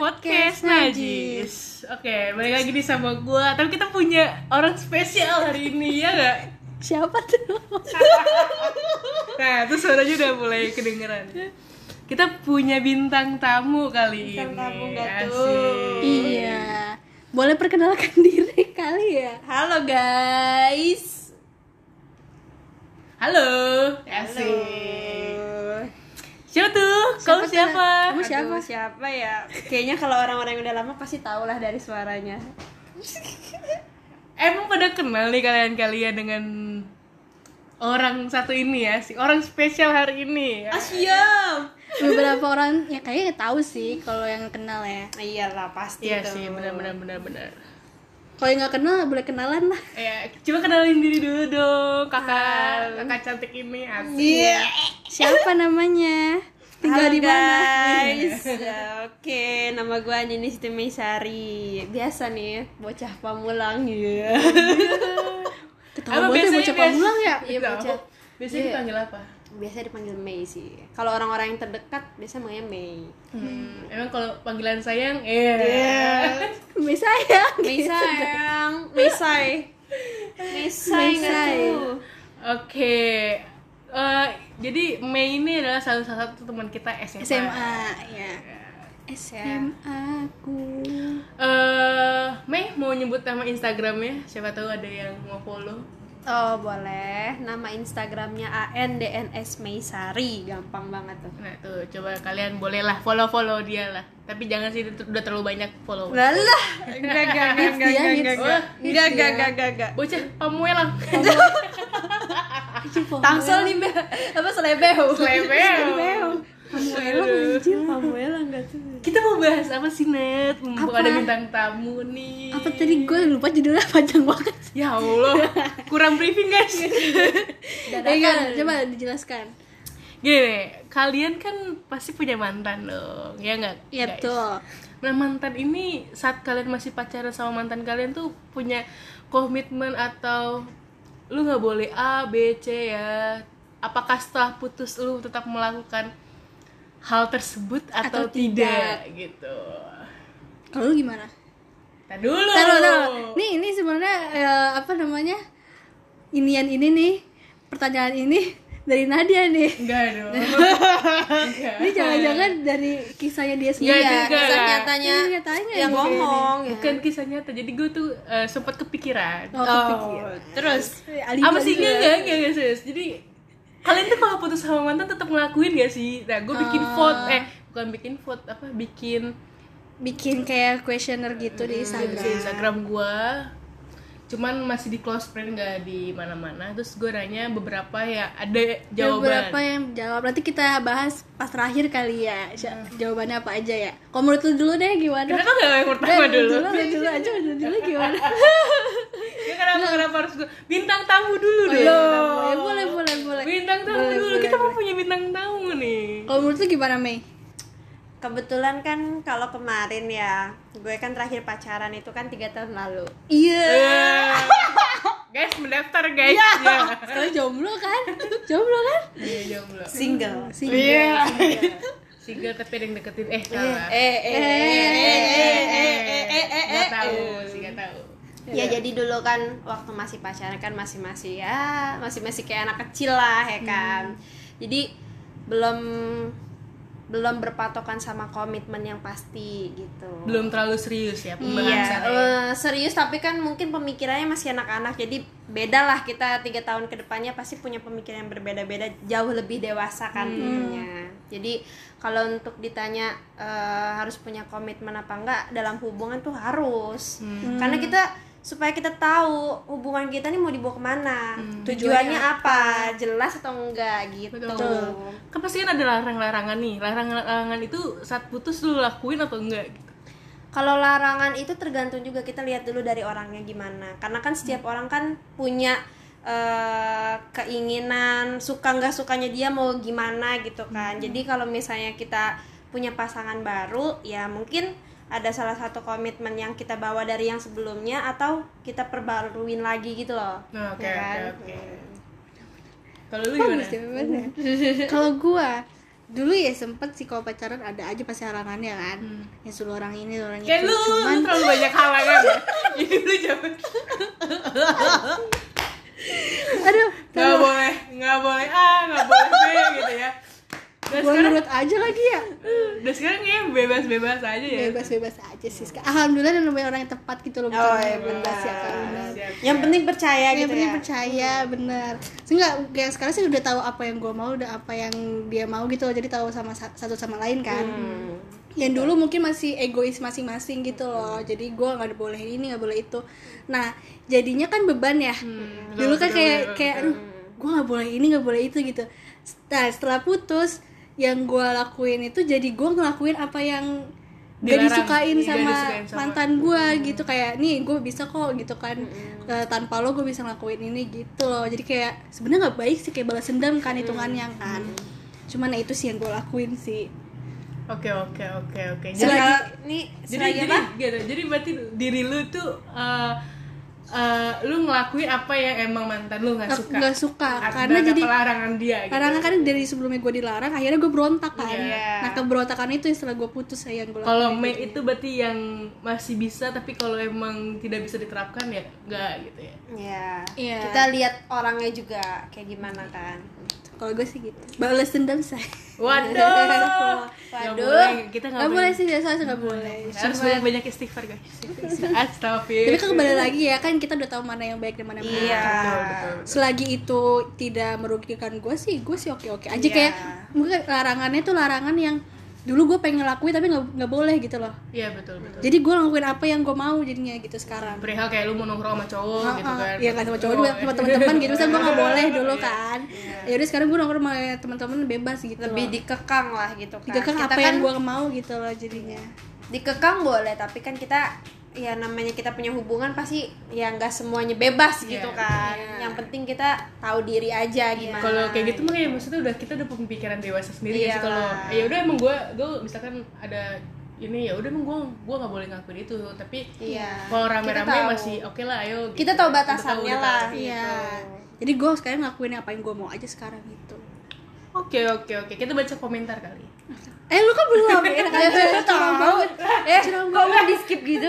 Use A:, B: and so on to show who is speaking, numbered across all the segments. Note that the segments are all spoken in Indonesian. A: podcast najis. Oke, balik lagi di sama gua. Tapi kita punya orang spesial hari ini ya gak?
B: Siapa tuh?
A: Nah, terus suaranya udah mulai kedengeran. Kita punya bintang tamu kali ini.
C: Bintang tamu gak
A: Asik.
C: tuh?
B: iya. Boleh perkenalkan diri kali ya?
C: Halo guys.
A: Halo.
C: Halo.
A: Asik. Siapa tuh? Kamu
B: Siapa,
A: siapa?
B: Kamu
C: Aduh,
B: siapa?
C: Siapa ya? Kayaknya kalau orang-orang yang udah lama pasti tau lah dari suaranya.
A: Emang pada kenal nih kalian-kalian dengan orang satu ini ya, si orang spesial hari ini.
C: Asyam.
B: Beberapa orang ya kayaknya tahu sih kalau yang kenal ya.
C: Nah, iyalah pasti
A: Iya
C: tuh.
A: sih, benar-benar benar-benar.
B: Kalau yang nggak kenal boleh kenalan lah.
A: Ya, coba kenalin diri dulu dong, kakak Iya. kakak cantik ini asik.
C: Iya.
B: Siapa namanya? Tinggal
C: Halo
B: di mana?
C: guys. Ya, Oke, nama gue Anjani Siti Meisari. Biasa nih, bocah pamulang ya.
B: Ketahuan banget ya bocah pamulang ya?
A: Iya,
C: Iya, bocah.
A: Biasanya
C: Iya.
A: dipanggil apa?
C: Biasa dipanggil Mei sih. Kalau orang-orang yang terdekat biasa manggilnya Mei.
A: Hmm, emang kalau panggilan sayang, iya.
B: Bisa ya?
C: Mei sayang, Mei say. Mei say
B: Mei
C: nggak
B: say.
C: tuh?
A: Oke. Eh, jadi Mei ini adalah salah salah satu teman kita SMA.
B: SMA ya.
C: SM.
B: SMA aku.
A: Eh, Mei mau nyebut nama Instagramnya? Siapa tahu ada yang mau follow.
C: Oh boleh, nama Instagramnya ANDNS Meisari, gampang banget tuh.
A: Nah tuh, coba kalian bolehlah follow-follow dia lah. Tapi jangan sih itu udah terlalu banyak follow.
B: Nah.
C: Lalah, enggak enggak enggak
B: Hits dia, hits
C: Oh,
B: dia.
C: enggak enggak enggak enggak enggak.
A: Bocah pamuelang.
C: Tangsel nih Be. apa selebeu?
A: Selebeu.
B: Pamuelang
A: Aduh.
B: anjir.
C: Pamuela enggak tuh.
A: Kita mau bahas apa sih, Net? Mumpung
B: Apa?
A: ada bintang tamu nih.
B: Apa tadi gue lupa judulnya panjang banget.
A: Ya Allah, kurang briefing, guys.
B: Dadakan. Ya, kan? Coba dijelaskan.
A: Gini, kalian kan pasti punya mantan dong, ya nggak?
B: Iya
A: guys?
B: betul.
A: Nah, mantan ini saat kalian masih pacaran sama mantan kalian tuh punya komitmen atau lu nggak boleh A, B, C ya. Apakah setelah putus lu tetap melakukan hal tersebut atau,
B: Atau tidak.
A: tidak gitu?
B: Kalau lu gimana?
A: Tar dulu.
B: Taruh, taruh. Nih, ini sebenarnya eh, apa namanya? Inian ini nih, pertanyaan ini dari Nadia nih.
A: Enggak dong. Enggak.
B: Ini jangan-jangan dari kisahnya dia
A: Iya,
B: sendiri.
C: Iya,
A: juga
C: kisah
A: lah.
C: nyatanya
B: Iya, nyatanya
C: yang
B: gitu.
C: ngomong ya.
A: Bukan kisah nyata. Jadi gue tuh eh, sempat kepikiran.
B: Oh, kepikiran.
C: terus
B: Eh, Ali
A: apa sih
B: juga.
A: enggak enggak enggak enggak, serius jadi kalian tuh kalau putus sama mantan tetap ngelakuin gak sih nah gue bikin
B: Ah.
A: vote eh bukan bikin vote apa bikin
B: Bikin kayak questioner gitu di Instagram.
A: di Instagram gue cuman masih di close friend gak di mana-mana terus gue nanya beberapa ya ada
B: Ada
A: jawaban
B: Beberapa ya. yang jawab. Nanti kita bahas pas terakhir kali ya. Ja- Jawabannya apa aja ya? Kalau menurut lu dulu deh gimana?
A: kenapa gak yang pertama
B: Deh,
A: dulu
B: dulu, deh, dulu aja, Eh, menurut dulu gimana?
A: ya, kenapa
B: Nah.
A: kenapa harus gue bintang tamu dulu deh
B: Boleh, boleh, boleh, boleh.
A: bintang tamu
B: Oh, iya. Boleh,
A: dulu
B: boleh,
A: kita mau punya bintang tamu nih
B: Kalau menurut lu gimana, Mei?
C: kebetulan kan kalau kemarin ya, gue kan terakhir pacaran itu kan tiga tahun lalu.
B: Iya.
A: Eh, guys mendaftar guys ya
B: Sekarang jomblo kan? Jomblo kan?
A: Iya, jomblo.
C: Single.
B: Single.
A: Iya. Single tapi ada yang deketin eh salah.
C: eh eh eh eh eh eh eh eh
A: Nggak tahu sih nggak tahu.
C: ya jadi dulu kan waktu masih pacaran kan masih masih ya masih masih kayak anak kecil lah ya kan jadi belum belum berpatokan sama komitmen yang pasti gitu
A: Belum terlalu serius ya
C: iya
A: pembahasannya.
C: eh, serius tapi kan mungkin pemikirannya masih anak-anak jadi beda lah kita tiga tahun ke depannya pasti punya pemikiran yang berbeda-beda jauh lebih dewasa kan tentunya jadi kalau untuk ditanya eh, harus punya komitmen apa enggak dalam hubungan tuh harus karena kita supaya kita tahu hubungan kita nih mau dibawa kemana tujuannya apa jelas atau enggak gitu
A: Betul. Kan pasti kan ada larang-larangan nih. Larang-larangan itu saat putus lu lakuin atau enggak gitu.
C: Kalau larangan itu tergantung juga kita lihat dulu dari orangnya gimana. Karena kan setiap orang kan punya eh, keinginan suka nggak sukanya dia mau gimana gitu kan. Jadi kalau misalnya kita punya pasangan baru, ya mungkin ada salah satu komitmen yang kita bawa dari yang sebelumnya atau kita perbaruin lagi gitu loh.
A: Nah, oke
C: Ya
A: oke
C: kan?
A: oke. Kalau lu gimana?
B: Jawabannya. Kalau gua, dulu ya sempet sih kalau pacaran ada aja pasti halangannya kan yang suruh orang ini suruh orang itu
A: Hmm. Kayak lu, lu
B: cuman
A: terlalu banyak halangan ya. Jadi lu jangan.
B: aduh
A: Nggak boleh, nggak boleh A, nggak boleh B gitu ya. Dan
B: gue
A: sekarang,
B: nurut aja lagi ya
A: dan sekarang ya bebas-bebas aja ya.
B: bebas-bebas aja sih sekarang. alhamdulillah dan banyak orang yang tepat gitu loh
C: Oh, iya,
B: bebas ya kan benar.
A: Siap,
C: Yang
A: siap.
C: penting percaya
B: yang
C: gitu
B: penting
C: ya.
B: Iya, percaya bener Terus enggak kayak sekarang sih udah tahu apa yang gue mau udah apa yang dia mau gitu jadi tahu sama sa- satu sama lain kan
C: Hmm.
B: yang
C: Iya.
B: dulu mungkin masih egois masing-masing gitu loh
C: Hmm.
B: jadi gue nggak boleh ini nggak boleh itu nah jadinya kan beban ya
C: Hmm.
B: dulu kan kayak kayak aduh gue nggak boleh ini nggak boleh itu gitu nah setelah putus yang gue lakuin itu jadi gue ngelakuin apa yang gak
A: Dilarang.
B: disukain
A: Gak
B: sama,
A: disukain sama.
B: mantan gue gitu kayak nih gue bisa kok gitu kan Eh, tanpa lo gue bisa ngelakuin ini gitu loh jadi kayak sebenarnya nggak baik sih kayak balas dendam kan hitungannya kan cuman ya itu sih yang gue lakuin sih
A: Oke oke oke oke.
C: Dan
A: Jadi
C: kalau- nih
A: jadi
C: selagi
A: jadi,
C: apa?
A: gitu. jadi berarti diri lu tuh eh eh, lu ngelakuin apa yang emang mantan lu nggak
B: nggak
A: suka.
B: nggak suka
A: Dan
B: karena
A: apa
B: jadi
A: larangan dia gitu.
B: karena kan dari sebelumnya gue dilarang akhirnya gue berontak kan
C: Iya.
B: nah keberontakan itu yang setelah gue putus ya yang gue
A: Kalau me itu berarti yang masih bisa tapi kalau emang tidak bisa diterapkan ya enggak gitu ya.
C: Ya.
B: Iya.
C: Kita lihat orangnya juga kayak gimana kan.
B: kalau gue sih gitu balas dendam saya
A: Waduh. Nggak
C: Waduh.
A: boleh, kita nggak
B: nggak boleh sih biasa nggak boleh
A: Harus
B: Cuman-
A: banyak istighfar guys.
B: tapi
A: Astagfirullah.
B: kan kembali lagi ya kan kita udah tahu mana yang baik dan mana yang
C: Iya.
B: buruk. selagi itu tidak merugikan gue sih gue sih oke oke aja
C: Iya.
B: kayak mungkin larangannya tuh larangan yang dulu gue pengen lakuin tapi nggak nggak boleh gitu loh
A: Iya betul betul.
B: jadi gue ngelakuin apa yang gue mau jadinya gitu sekarang
A: Perihal kayak lu mau nongkrong sama cowok
B: Heeh,
A: gitu kan.
B: Iya kan sama cowok juga sama teman-teman gitu kan gue nggak boleh dulu kan. Ya udah sekarang gue nongkrong sama teman-teman bebas gitu.
C: Iya. Lebih dikekang lah gitu kan.
B: dikekang
C: Kita
B: apa
C: kan
B: yang gue mau gitu loh jadinya.
C: dikekang boleh tapi kan kita ya namanya kita punya hubungan pasti ya nggak semuanya bebas gitu
A: Iya.
C: kan. Yang penting kita tahu diri aja gimana.
A: kalau kayak gitu mah kayak maksudnya udah kita udah pemikiran dewasa sendiri
C: Iya.
A: ya sih kalau
C: Iyalah.
A: ya udah emang gue gue misalkan ada ini ya udah emang gue gue nggak boleh ngakuin itu tapi
C: Iya.
A: kalau
C: Kita tahu.
A: rame-rame masih oke lah ayo gitu.
C: Kita tahu
A: Udah
C: batasannya
A: udah
C: lah.
A: tahu.
B: Iya. Jadi gue sekarang ngakuin apa yang gue mau aja sekarang gitu.
A: oke oke oke kita baca komentar kali
B: Eh lu kan belum ya kan? curang banget.
C: Eh, kok mau di skip gitu?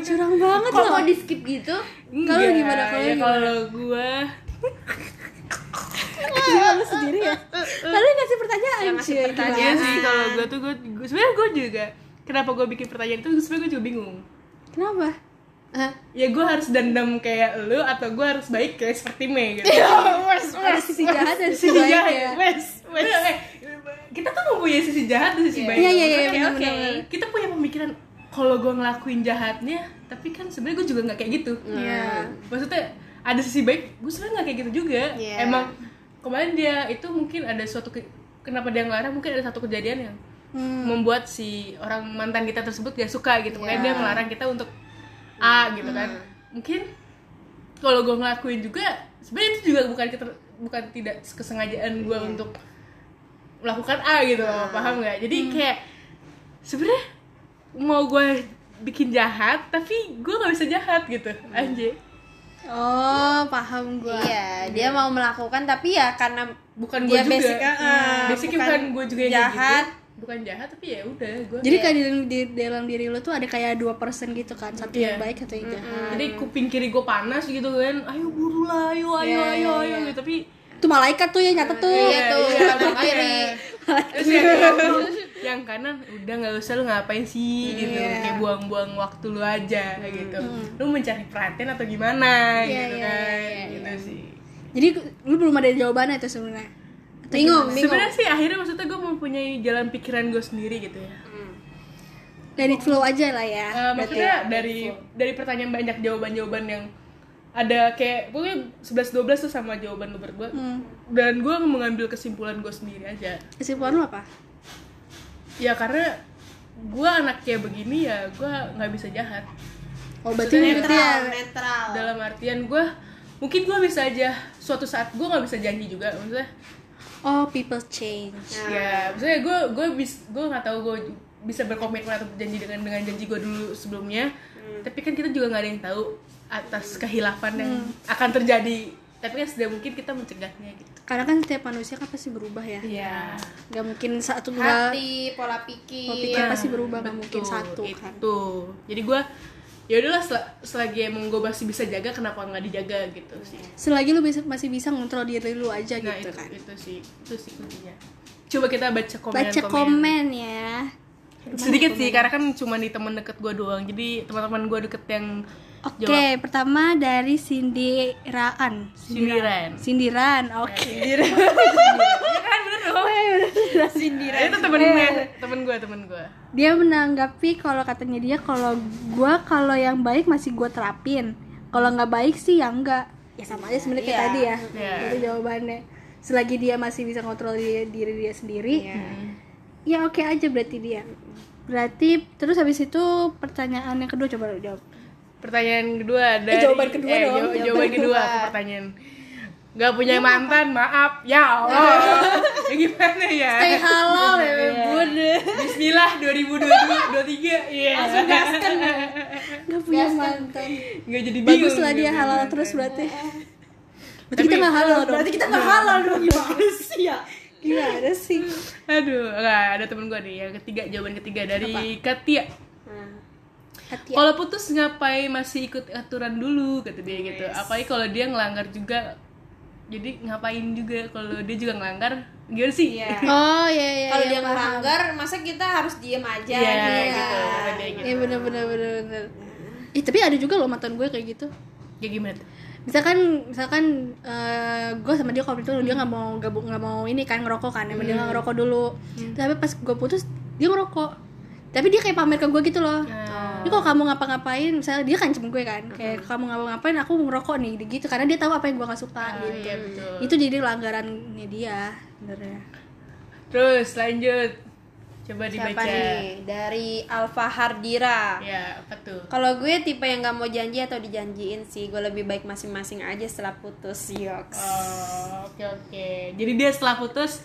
B: Curang banget
C: Kok
B: loh.
C: mau di skip gitu?
B: Kalau
A: Iya,
B: gimana kalau
A: ya
B: gimana?
A: kalau gue
B: Gila, lu sendiri ya. Kalian ngasih pertanyaan
C: Yang ngasih
B: cuy,
C: pertanyaan.
A: ya
B: gimana?
A: sih kalau gue tuh gue gue- sebenarnya gue juga kenapa gue bikin pertanyaan itu sebenarnya gue juga bingung
B: Kenapa?
A: ya gue harus dendam kayak lu atau gue harus baik kayak seperti Mei gitu
B: Ada sisi jahat dan sisi
A: sisi
C: Iya,
B: baik
A: jahat
B: ya.
A: wes wes iya. eh, kita tuh mempunyai sisi jahat dan sisi baik
B: Iya, iya, iya,
A: Oke,
B: benar,
A: oke.
B: benar.
A: kita punya pemikiran kalau gue ngelakuin jahatnya tapi kan sebenarnya gue juga nggak kayak gitu
B: Iya.
A: maksudnya ada sisi baik gue sebenarnya nggak kayak gitu juga
C: Iya.
A: emang kemarin dia itu mungkin ada suatu ke- kenapa dia ngelarang mungkin ada satu kejadian yang
B: Hmm.
A: membuat si orang mantan kita tersebut gak suka gitu makanya
C: Iya.
A: dia melarang kita untuk A gitu kan
B: Hmm.
A: mungkin kalau gue ngelakuin juga sebenarnya itu juga bukan keter- bukan tidak kesengajaan gue
B: Iya.
A: untuk melakukan A gitu
B: Nah.
A: loh, paham nggak jadi
B: Hmm.
A: kayak sebenarnya mau gue bikin jahat tapi gue nggak bisa jahat gitu anjir
B: Oh, paham gue.
C: Iya, dia mau melakukan tapi ya karena
A: bukan gue
B: Iya,
A: juga
C: dia basic
B: ah,
C: eh,
A: basicnya bukan, gue juga yang kayak
C: jahat.
A: gitu bukan jahat tapi ya udah gue
C: Iya.
B: Jadi kayak di, di- dalam diri lo tuh ada kayak dua person gitu kan, satu yang
A: Iya.
B: baik, satu yang jahat.
A: jadi kuping kiri gue panas gitu kan ayo buru lah ayo ayo
B: Iya,
A: ayo
B: iya,
A: ayo
B: iya.
A: gitu tapi
B: Itu malaikat tuh yang nyata tuh.
C: Iya tuh,
A: iya,
C: kanan
A: makanya.
C: kiri.
A: Terus yang kanan, yang kanan udah nggak usah lu ngapain sih gitu
B: Iya. Hmm.
A: kayak buang-buang waktu lu aja gitu lu mencari perhatian atau gimana
B: Iya,
A: gitu
B: iya,
A: kan
B: iya, iya,
A: gitu sih
B: Jadi lu belum ada jawabannya itu sebenarnya. Atau
C: Bingung,
B: gimana?
A: sebenarnya sih akhirnya maksudnya gue mempunyai jalan pikiran gue sendiri gitu ya
B: Let it flow aja lah
A: Eh,
B: ya. berarti.
A: maksudnya dari dari pertanyaan banyak jawaban-jawaban yang ada kayak pokoknya 11 12 tuh sama jawaban lu berdua.
B: Hmm.
A: Dan gue mengambil kesimpulan gue sendiri aja.
B: Kesimpulan lu apa?
A: Ya karena gue anaknya begini ya gue nggak bisa jahat.
B: Oh, berarti lu berarti ya.
C: netral, netral.
A: Dalam artian gue mungkin gue bisa aja suatu saat gue nggak bisa janji juga maksudnya
B: Oh, people change.
A: ya maksudnya gue gue bis gue nggak tahu gue bisa berkomitmen atau janji dengan dengan janji gue dulu
B: Hmm.
A: sebelumnya tapi kan kita juga nggak ada yang tahu atas kehilafan yang akan terjadi tapi kan sudah mungkin kita mencegahnya gitu
B: karena kan setiap manusia kan pasti berubah ya
A: iya
B: nggak mungkin satu nggak
C: hati pola pikir,
B: Pola
A: Iya.
B: pikir pasti berubah nggak mungkin satu
A: itu
B: kan
A: Nah, gitu. jadi gue ya udahlah sel- selagi emang gue masih bisa jaga kenapa nggak dijaga gitu sih
B: selagi lu bisa, masih bisa ngontrol diri lu aja
A: nah
B: gitu
A: itu
B: kan
A: itu sih itu sih kuncinya coba kita baca komen
B: baca komen ya
A: sedikit sih karena kan cuma di teman deket gue doang jadi teman-teman gue deket yang
B: oke
A: jawab
B: pertama dari Cindy Raan
A: sindiran
B: Sindiran oke
A: sindiran Eh, itu temen
B: Iya.
A: gue temen gue temen gue
B: dia menanggapi kalau katanya dia kalau gua kalau yang baik masih gua terapin kalau nggak baik sih ya enggak ya sama aja sebenarnya kayak
C: Iya.
B: tadi ya
A: Iya.
B: itu jawabannya selagi dia masih bisa kontrol diri, diri dia sendiri
C: Iya.
B: ya oke aja berarti dia berarti terus habis itu pertanyaan yang kedua coba lu jawab
A: pertanyaan kedua dari
B: jawaban kedua
A: eh,
B: dong.
A: jaw- jawaban,
B: Jawaban Iya,
A: kedua
C: kedua.
A: ke pertanyaan nggak punya mantan maaf ya Allah ya gimana ya Iya.
B: eh halal ya bun
A: Bismillah 2022 23 iya
B: nggak punya mantan
A: nggak jadi bingung
B: bagus lah dia
A: gitu.
B: halal terus berarti berarti
A: Tapi-
B: kita nggak halal dong
C: Eh.
B: Iya.
C: Berarti kita nggak halal dong gimana sih ya?
B: gimana sih
A: aduh nggak ada temen gue nih yang ketiga jawaban ketiga dari Katia
C: Hmm.
B: hati
A: kalau putus ngapain masih ikut aturan dulu kata dia gitu apalagi kalau dia ngelanggar juga jadi ngapain juga kalau dia juga ngelanggar gimana sih
C: Iya.
B: oh ya ya
C: Kalau
B: ya,
C: dia
B: paham.
C: melanggar, masa kita harus diem aja
A: Iya,
C: gitu.
A: gitu, kata dia gitu.
B: Iya bener bener bener bener. Ih tapi ada juga loh mantan gue kayak gitu.
A: ya gimana tuh?
B: Misalkan misalkan eh, gue sama dia kalau itu dia nggak mau gabung nggak mau ini kan ngerokok kan, emang dia nggak ngerokok dulu. Tapi pas gue putus dia ngerokok. Tapi dia kayak pamer ke gue gitu loh. Ini kalau kamu ngapa-ngapain, misalnya dia kancem gue kan, kayak kamu ngapa-ngapain aku ngerokok nih gitu karena dia tahu apa yang gue gak suka
A: Ah,
B: gitu.
A: iya,
C: Hmm.
A: betul.
B: Itu jadi langgarannya dia sebenarnya.
A: Terus lanjut. Coba dibaca.
C: Siapa nih? Dari Alfa Hardira.
A: Ya, apa tuh?
C: Kalau gue tipe yang gak mau janji atau dijanjiin sih, gue lebih baik masing-masing aja setelah putus. Yoks.
A: Oh, oke oke. Jadi dia setelah putus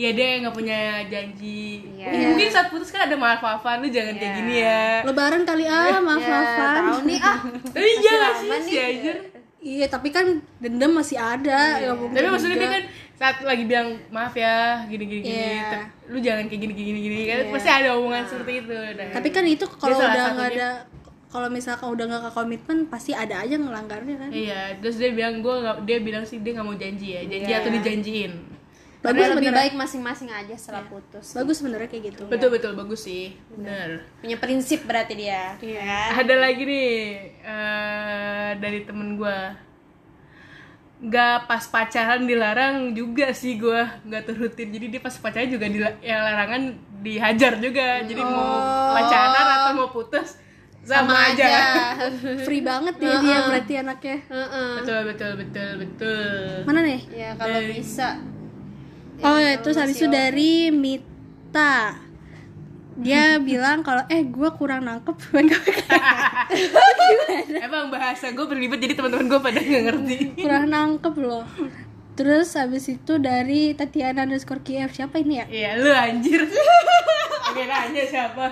A: ya dia nggak punya janji.
C: Iya.
A: Mungkin- Mungkin saat putus kan ada maaf-maafan lu jangan kayak gini ya.
B: Lebaran kali ah, maaf-maafan.
C: tahu nih ah.
A: Tapi iya nggak sih
C: lama
A: si
C: nih.
A: Ajar.
B: Iya, tapi kan dendam masih ada. nggak mungkin
A: Tapi maksudnya
B: juga.
A: dia kan saat lagi bilang maaf ya gini gini gini,
B: Iya.
A: tep- lu jangan kayak gini gini gini kan pasti ada omongan seperti itu. Nah,
B: Tapi kan itu kalau
A: salah
B: udah nggak
A: satunya.
B: ada kalau misalkan udah nggak ke komitmen pasti ada aja ngelanggarnya kan.
A: Iya, terus dia bilang gua nggak- dia bilang sih dia nggak mau janji ya, janji
C: Iya.
A: atau dijanjiin.
B: Bagus
C: Karena lebih
B: sebenarnya.
C: baik masing-masing aja setelah putus.
B: Bagus sebenarnya kayak gitu.
A: Betul betul bagus sih, bener.
C: Punya prinsip berarti dia. Iya.
A: ada lagi nih eh, dari temen gue nggak pas pacaran dilarang juga sih gue nggak turutin jadi dia pas pacaran juga di ya, larangan dihajar juga jadi
B: Oh.
A: mau pacaran atau mau putus sama, aja,
B: Free banget dia dia berarti anaknya.
C: Heeh.
A: betul betul betul betul
B: Mana nih?
C: Ya kalau bisa.
B: Oh, ya, terus habis itu dari Mita. Dia bilang kalau eh gua kurang nangkep
A: emang bahasa gue berlibat jadi teman-teman gue pada nggak ngerti
B: kurang nangkep loh. Terus habis itu dari Tatiana underscore KF siapa ini ya?
A: Iya, lu anjir. Oke, nanya siapa?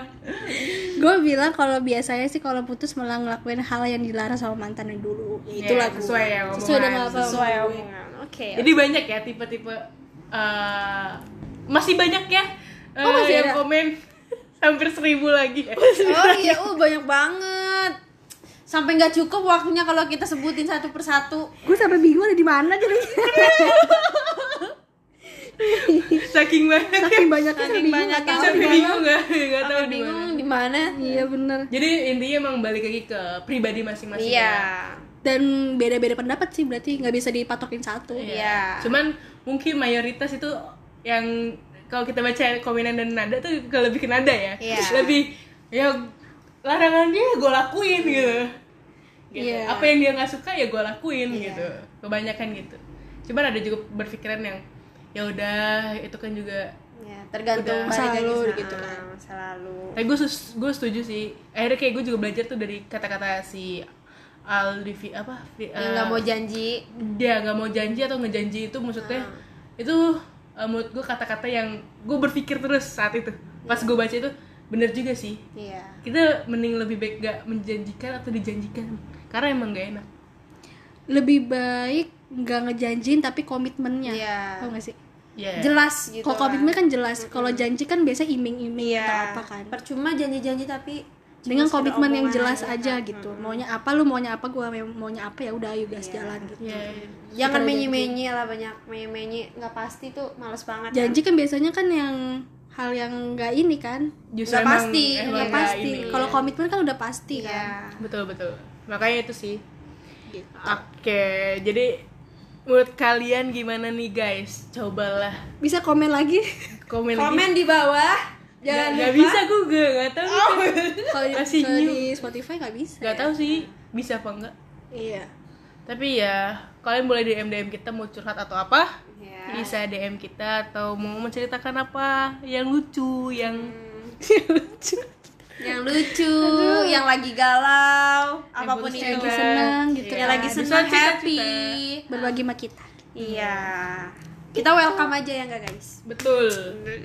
B: gue bilang kalau biasanya sih kalau putus malah ngelakuin hal yang dilarang sama mantannya dulu Ya,
A: Iya,
B: itulah gue.
A: sesuai ya omongan.
B: sesuai dengan apa
C: Sesuai omongan. Oke.
A: Jadi banyak ya tipe-tipe eh, masih banyak ya eh,
B: Oh, masih
A: yang
B: ada?
A: komen hampir seribu lagi.
C: Oh iya, uh banyak banget. Sampai nggak cukup waktunya kalau kita sebutin satu persatu.
B: gue sampai bingung ada di mana jadi
A: Saking banyak.
B: saking banyaknya sampai
C: Saking
B: bingung
C: banyak
B: nggak tahu
A: Sampai
B: di mana.
A: bingung nggak nggak tahu
C: Sampai
A: di mana.
C: bingung di mana.
B: iya bener
A: Jadi intinya emang balik lagi ke pribadi masing-masing.
C: Iya.
A: ya.
B: dan beda-beda pendapat sih berarti nggak bisa dipatokin satu
C: Iya.
A: Cuman mungkin mayoritas itu yang kalau kita baca komenan dan nada tuh ke- lebih ke nada ya.
C: Iya.
A: Lebih ya larangannya gue lakuin gitu. Gitu.
B: Iya.
A: Apa yang dia nggak suka ya gue lakuin
C: Iya.
A: gitu. Kebanyakan gitu. Cuman ada juga berpikiran yang ya udah itu kan juga
C: Ya, tergantung
B: Masa
C: balik lagi
B: lalu
C: sana,
B: gitu kan.
C: Masa lalu.
A: tapi gue gue setuju sih akhirnya kayak gue juga belajar tuh dari kata-kata si Aldivi apa Fi- eh,
C: Yang nggak mau janji.
A: dia nggak mau janji atau ngejanji itu maksudnya
C: Hmm.
A: itu eh, menurut gue kata-kata yang gue berpikir terus saat itu pas gue baca itu bener juga sih
C: Iya.
A: kita mending lebih baik gak menjanjikan atau dijanjikan karena emang gak enak
B: lebih baik nggak ngejanjiin tapi komitmennya
C: Iya.
B: Tau nggak sih
A: Iya.
B: jelas
C: Gitu
B: kalau
C: kan.
B: komitmen kan jelas kalau janji kan biasa iming-iming
C: Iya.
B: atau apa kan
C: Percuma janji-janji tapi cuma
B: dengan
C: sekedar
B: komitmen yang
C: omongan
B: jelas
C: aja,
B: aja
C: kan.
B: gitu maunya apa lu maunya apa gua mau- maunya apa ya udah ayo gas jalan gitu
A: Iya.
C: Jangan
B: Sekedar
C: menyi-menyi lah banyak menyi-menyi nggak pasti tuh males banget. kan.
B: janji kan biasanya kan yang hal yang nggak ini kan
A: Justru
C: Nggak
A: emang-
C: pasti,
A: emang
C: nggak
A: nggak
B: pasti
A: ini,
B: kalau
A: ya.
B: komitmen kan udah pasti
C: Iya.
B: kan
A: betul betul makanya itu sih
C: Gitu.
A: oke jadi menurut kalian gimana nih guys cobalah
B: bisa komen lagi
A: komen,
C: Komen
A: lagi
C: di bawah.
A: Nggak-
C: Jangan
A: nggak
C: lupa. Oh.
A: bisa Google nggak tahu
B: kalau di,
A: Kasih
B: kalau
A: new.
B: di Spotify nggak bisa
A: nggak tahu sih bisa apa enggak
B: iya
A: tapi ya kalian boleh DM DM kita mau curhat atau apa
C: Iya.
A: bisa DM kita atau mau menceritakan apa yang lucu yang
C: Yang lucu, yang lagi galau, apapun
A: putus
C: itu.
B: lagi senang gitu
A: Iya.
C: Yang lagi
A: Bisa
C: senang,
A: cerita-cerita.
C: happy.
B: berbagi sama kita
C: Iya. Kita welcome aja ya nggak guys?
A: betul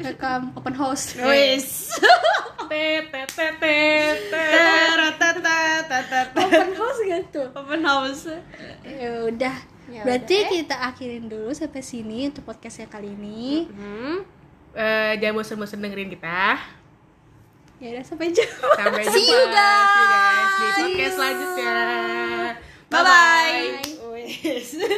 B: rekam open house
C: Wis.
A: Tet, tet, tet, tet, tet.
B: open house gitu
C: Open house.
B: ya udah
C: Ya
B: berarti kita akhirin dulu sampai sini untuk podcastnya kali ini
C: Hmm.
A: Eh, jangan bosan-bosan dengerin kita
B: ya udah sampai jumpa
A: sampai jumpa
C: See you
A: See you
C: guys.
A: guys di podcast selanjutnya
C: Bye bye.